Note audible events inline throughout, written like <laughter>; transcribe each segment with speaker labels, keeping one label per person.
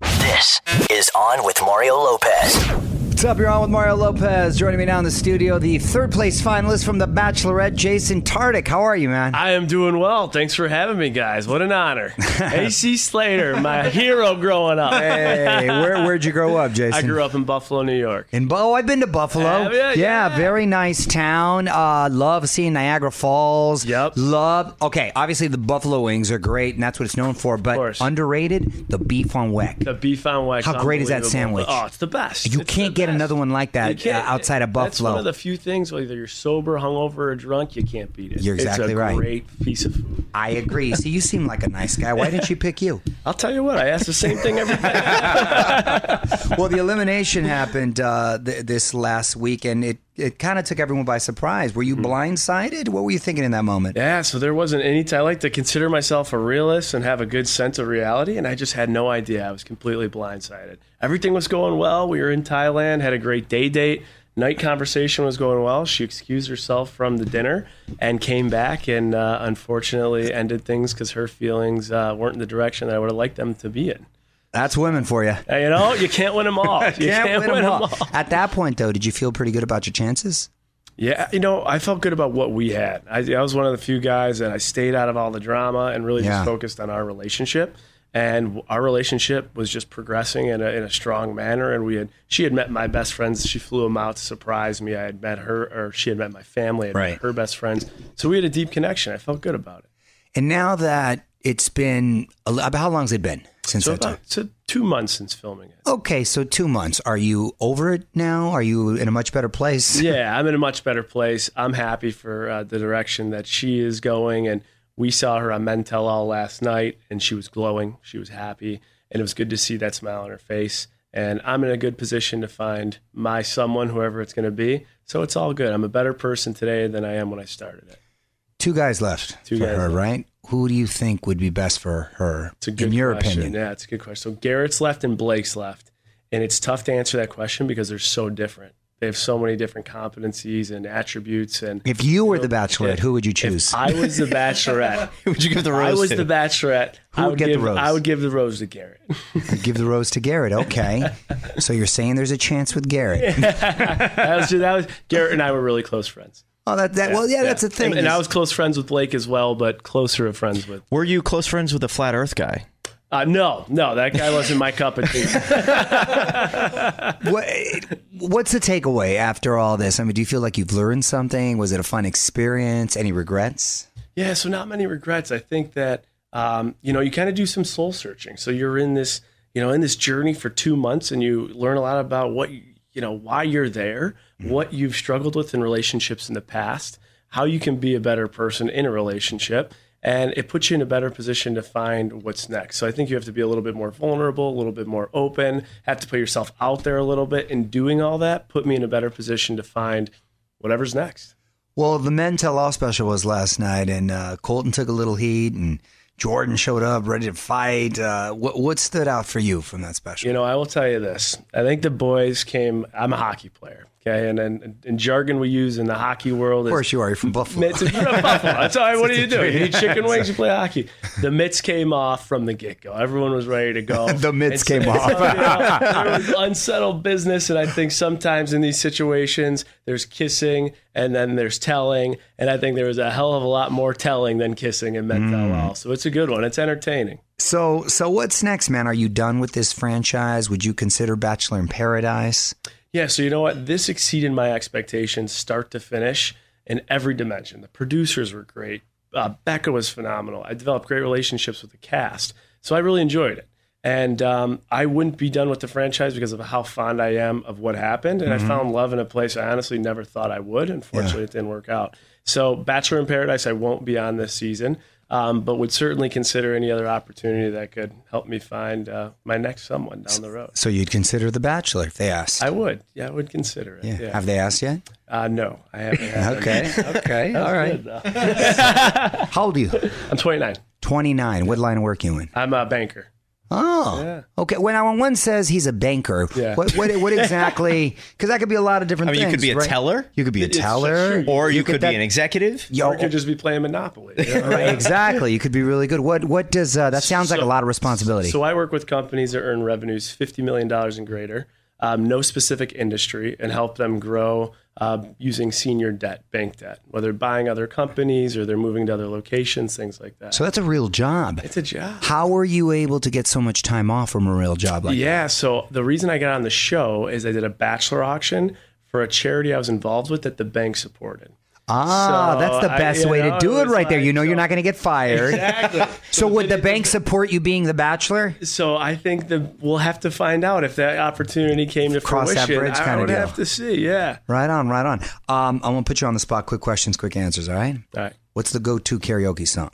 Speaker 1: This is On with Mario Lopez.
Speaker 2: What's up? You're on with Mario Lopez. Joining me now in the studio, the third place finalist from The Bachelorette, Jason Tardik. How are you,
Speaker 3: <laughs>
Speaker 2: man?
Speaker 3: I am doing well. Thanks for having me, guys. What an
Speaker 2: <laughs>
Speaker 3: honor. AC Slater, my hero growing up.
Speaker 2: Hey, where, where'd you grow up, Jason?
Speaker 3: I grew up in Buffalo, New York.
Speaker 2: In Bu- oh, I've been to Buffalo.
Speaker 3: Have ya? Yeah.
Speaker 2: very nice town. Uh, love seeing Niagara Falls.
Speaker 3: Yep.
Speaker 2: Love. Okay, obviously the Buffalo wings are great, and that's what it's known for. But
Speaker 3: course.
Speaker 2: underrated, the beef on weck.
Speaker 3: The beef on wax.
Speaker 2: How great is that
Speaker 3: unbelievable.
Speaker 2: sandwich?
Speaker 3: Oh, it's the best.
Speaker 2: you
Speaker 3: It's
Speaker 2: can't
Speaker 3: the
Speaker 2: get
Speaker 3: best.
Speaker 2: another one like
Speaker 3: You
Speaker 2: that uh,
Speaker 3: can't-
Speaker 2: outside of
Speaker 3: That's one
Speaker 2: Buffalo.
Speaker 3: of the few things, whether you're sober, hungover, or drunk, you can't beat it.
Speaker 2: You're exactly
Speaker 3: it's a
Speaker 2: right.
Speaker 3: great piece of food.
Speaker 2: I agree. See, you seem like a nice guy. Why didn't she pick you?
Speaker 3: I'll tell you what, I ask the same thing
Speaker 2: <laughs>
Speaker 3: every day.
Speaker 2: Well, the elimination happened uh, th- this last week, and it, it kind of took everyone by surprise. Were you blindsided? What were you thinking in that moment?
Speaker 3: Mm. Yeah, so there wasn't any. I like to consider myself a realist and have a good sense of reality, and I just had no idea. I was completely blindsided. Everything was going well. We were in Thailand, had a great day date. Night conversation was going well. She excused herself from the dinner and came back, and uh, unfortunately ended things because her feelings uh, weren't in the direction that I would have liked them to be in.
Speaker 2: That's women for you.
Speaker 3: Uh, You know, you can't win them all. <laughs> You can't, win, them all.
Speaker 2: At that point, though, did you feel pretty good about your chances?
Speaker 3: Yeah, you know, I felt good about what we had. I, I was one of the few guys that I stayed out of all the drama and really
Speaker 2: Yeah.
Speaker 3: just focused on our relationship. And our relationship was just progressing in a, in a strong manner. And we had she had met my best friends. She flew them out to surprise me. I had met her, or she had met my family, I had met
Speaker 2: Right.
Speaker 3: her best friends. So we had a deep connection. I felt good about it.
Speaker 2: And now that it's been, a li- about how long has it been since
Speaker 3: So
Speaker 2: that time?
Speaker 3: about so two months since filming it.
Speaker 2: Okay, so two months. Are you over it now? Are you in a much better place?
Speaker 3: <laughs> yeah, I'm in a much better place. I'm happy for uh, the direction that she is going. And we saw her on Mentel all last night, and she was glowing. She was happy. And it was good to see that smile on her face. And I'm in a good position to find my someone, whoever it's going to be. So it's all good. I'm a better person today than I am when I started it.
Speaker 2: Two guys left
Speaker 3: Two
Speaker 2: for
Speaker 3: guys
Speaker 2: her,
Speaker 3: left.
Speaker 2: right? Who do you think would be best for her,
Speaker 3: It's a good
Speaker 2: in your
Speaker 3: question.
Speaker 2: opinion?
Speaker 3: Yeah, it's a good question. So Garrett's left and Blake's left. And it's tough to answer that question because they're so different. They have so many different competencies and attributes. And
Speaker 2: If you were the Bachelorette, who would you choose?
Speaker 3: I was the bachelorette.
Speaker 2: <laughs> would you give the
Speaker 3: I was the bachelorette.
Speaker 2: Who
Speaker 3: I
Speaker 2: would
Speaker 3: would
Speaker 2: get the
Speaker 3: give
Speaker 2: rose?
Speaker 3: I would give the rose to Garrett.
Speaker 2: Give the rose to Garrett.
Speaker 3: <laughs>
Speaker 2: Okay. so you're saying there's a chance with Garrett.
Speaker 3: That was, that was Garrett and I were really close friends.
Speaker 2: Oh, that, that well, yeah, that's a
Speaker 3: And-
Speaker 2: thing.
Speaker 3: And, I was close friends with Blake as well, but closer of friends with.
Speaker 4: Were you close friends with the flat Earth guy?
Speaker 3: Uh, no, no, that guy wasn't my cup of tea.
Speaker 2: What, what's the takeaway after all this? I mean, do you feel like you've learned something? Was it a fun experience? Any regrets?
Speaker 3: Yeah, so not many regrets. I think that um, you know you kind of do some soul searching. So you're in this you know in this journey for two months, and you learn a lot about what you, you know why you're there, what you've struggled with in relationships in the past, how you can be a better person in a relationship, and it puts you in a better position to find what's next. So I think you have to be a little bit more vulnerable, a little bit more open, have to put yourself out there a little bit. And doing all that put me in a better position to find whatever's next.
Speaker 2: Well, the men tell all special was last night, and uh, Colton took a little heat, and Jordan showed up ready to fight. Uh, what what stood out for you from that special?
Speaker 3: You know, I will tell you this. I think the boys came. I'm a hockey player, okay, and and, and jargon we use in the hockey
Speaker 2: of
Speaker 3: world. Is,
Speaker 2: course, you are. You're from Buffalo.
Speaker 3: <laughs> Mitts is from Buffalo. That's all right. What do you do? You eat chicken wings. You play hockey. The mitts came off from the get go. Everyone was ready to go.
Speaker 2: <laughs> The mitts came off.
Speaker 3: you know, there was unsettled business, and I think sometimes in these situations there's kissing and then there's telling, and I think there was a hell of a lot more telling than kissing in
Speaker 2: Mm.
Speaker 3: men fell off. So it's a good one. It's entertaining.
Speaker 2: So, so what's next, man? Are you done with this franchise? Would you consider Bachelor in Paradise?
Speaker 3: Yeah, so you know what? This exceeded my expectations, start to finish, in every dimension. The producers were great. Uh, Becca was phenomenal. I developed great relationships with the cast, so I really enjoyed it. And um, I wouldn't be done with the franchise because of how fond I am of what happened. And
Speaker 2: Mm-hmm.
Speaker 3: I found love in a place I honestly never thought I would. Unfortunately, it didn't work out. So, Bachelor in Paradise, I won't be on this season, um, but would certainly consider any other opportunity that could help me find uh, my next someone down the road.
Speaker 2: So you'd consider The Bachelor if they asked.
Speaker 3: I would. Yeah, I would consider it.
Speaker 2: yeah.
Speaker 3: yeah.
Speaker 2: Have they asked yet?
Speaker 3: Uh, no, I haven't. Had
Speaker 2: Okay. okay. All right. How old are you?
Speaker 3: them. <laughs> I'm 29.
Speaker 2: 29. What line of work you in?
Speaker 3: I'm a banker.
Speaker 2: Oh, okay. When I- when one says he's a banker,
Speaker 3: Yeah.
Speaker 2: what, what what exactly? Because that could be a lot of different
Speaker 4: I mean, you
Speaker 2: things.
Speaker 4: could be a
Speaker 2: right?
Speaker 4: teller,
Speaker 2: You could be a
Speaker 3: It's-
Speaker 2: teller,
Speaker 4: or you, could,
Speaker 2: that-
Speaker 4: be an executive.
Speaker 2: Yo,
Speaker 3: Or I could just be playing Monopoly.
Speaker 2: <laughs> right, exactly. You could be really good. What what does uh, that sounds like a
Speaker 3: So-
Speaker 2: lot of responsibility?
Speaker 3: So I work with companies that earn revenues $50 million and greater, um, no specific industry, and help them grow uh, using senior debt, bank debt, whether buying other companies or they're moving to other locations, things like that.
Speaker 2: so that's a real job.
Speaker 3: it's a job.
Speaker 2: How were you able to get so much time off from a real job like
Speaker 3: yeah so the reason i got on the show is i did a bachelor auction for a charity i was involved with that the bank supported
Speaker 2: Ah,
Speaker 3: So
Speaker 2: that's the
Speaker 3: I-
Speaker 2: best
Speaker 3: you
Speaker 2: way to
Speaker 3: know,
Speaker 2: do
Speaker 3: it
Speaker 2: it,
Speaker 3: was
Speaker 2: right there.
Speaker 3: like,
Speaker 2: You know, you're
Speaker 3: so-
Speaker 2: not going to get fired.
Speaker 3: exactly
Speaker 2: So, would the bank support you being the bachelor?
Speaker 3: So I think that we'll have to find out if that opportunity came to
Speaker 2: Cross that
Speaker 3: fruition.
Speaker 2: bridge
Speaker 3: I
Speaker 2: kinda
Speaker 3: would
Speaker 2: deal.
Speaker 3: have to see. Yeah.
Speaker 2: Right on, right on. Um, I'm going to put you on the spot. Quick questions, quick answers. All right.
Speaker 3: All right.
Speaker 2: What's the go-to karaoke song?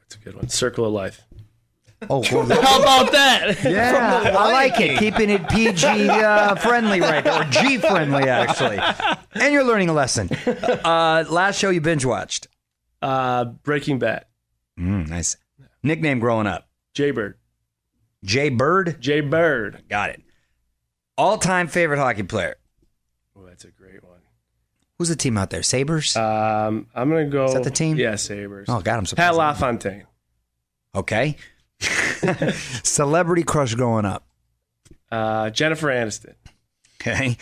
Speaker 3: That's a good one. Circle of life.
Speaker 2: Oh, <laughs> well,
Speaker 3: How about that?
Speaker 2: yeah, I like it. Keeping it PG uh, friendly, right? Or G friendly, actually. And you're learning a lesson. Uh, last show you binge watched.
Speaker 3: Uh, Breaking Bad.
Speaker 2: Mm, nice. Nickname growing up.
Speaker 3: Jaybird.
Speaker 2: Jay Bird.
Speaker 3: Jay Bird.
Speaker 2: Got it. All-time favorite hockey player.
Speaker 3: Oh, that's a great one.
Speaker 2: Who's the team out there? Sabers.
Speaker 3: Um, I'm gonna go.
Speaker 2: Is that the team?
Speaker 3: Yeah, Sabers.
Speaker 2: oh God, I'm surprised.
Speaker 3: Pat LaFontaine.
Speaker 2: Okay. <laughs> Celebrity crush growing up.
Speaker 3: Uh, Jennifer Aniston.
Speaker 2: Okay.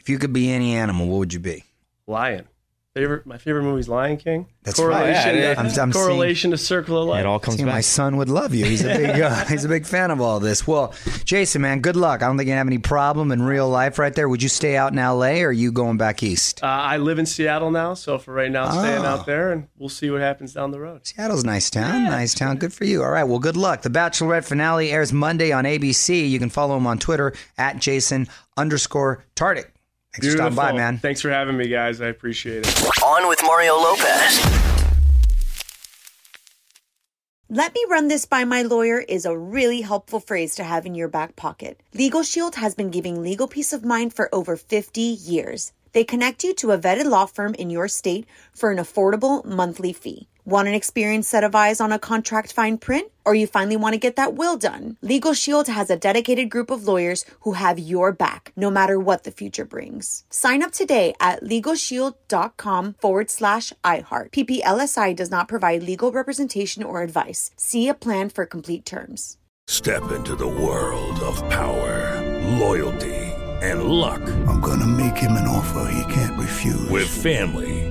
Speaker 2: If you could be any animal, what would you be?
Speaker 3: Lion. Favorite. My favorite movie is Lion King.
Speaker 2: That's right.
Speaker 3: correlation.
Speaker 4: Yeah,
Speaker 3: to,
Speaker 2: I'm- I'm seeing-
Speaker 3: correlation to Circle of Life.
Speaker 4: It all comes
Speaker 2: See, my
Speaker 4: back.
Speaker 2: son would love you. He's a
Speaker 4: <laughs>
Speaker 2: big uh, he's a big fan of all this. Well, Jason, man, good luck. I don't think you have any problem in real life right there. Would you stay out in L.A. or are you going back east?
Speaker 3: Uh, I live in Seattle now, so for right now, staying
Speaker 2: Ah.
Speaker 3: out there, and we'll see what happens down the road.
Speaker 2: Seattle's a nice town. Nice town. Good for you. All right. Well, good luck. The Bachelorette finale airs Monday on ABC. You can follow him on Twitter at Jason underscore Tardic. Thanks for stopping by,
Speaker 3: Beautiful.
Speaker 2: man.
Speaker 3: Thanks for having me, guys. I appreciate it.
Speaker 1: On with Mario Lopez.
Speaker 5: Let me run this by my lawyer is a really helpful phrase to have in your back pocket. Legal Shield has been giving legal peace of mind for over 50 years. They connect you to a vetted law firm in your state for an affordable monthly fee. Want an experienced set of eyes on a contract fine print? Or you finally want to get that will done? Legal Shield has a dedicated group of lawyers who have your back, no matter what the future brings. Sign up today at LegalShield.com forward slash iHeart. PPLSI does not provide legal representation or advice. See a plan for complete terms.
Speaker 6: Step into the world of power, loyalty, and luck
Speaker 7: I'm gonna make him an offer he can't refuse.
Speaker 6: with family,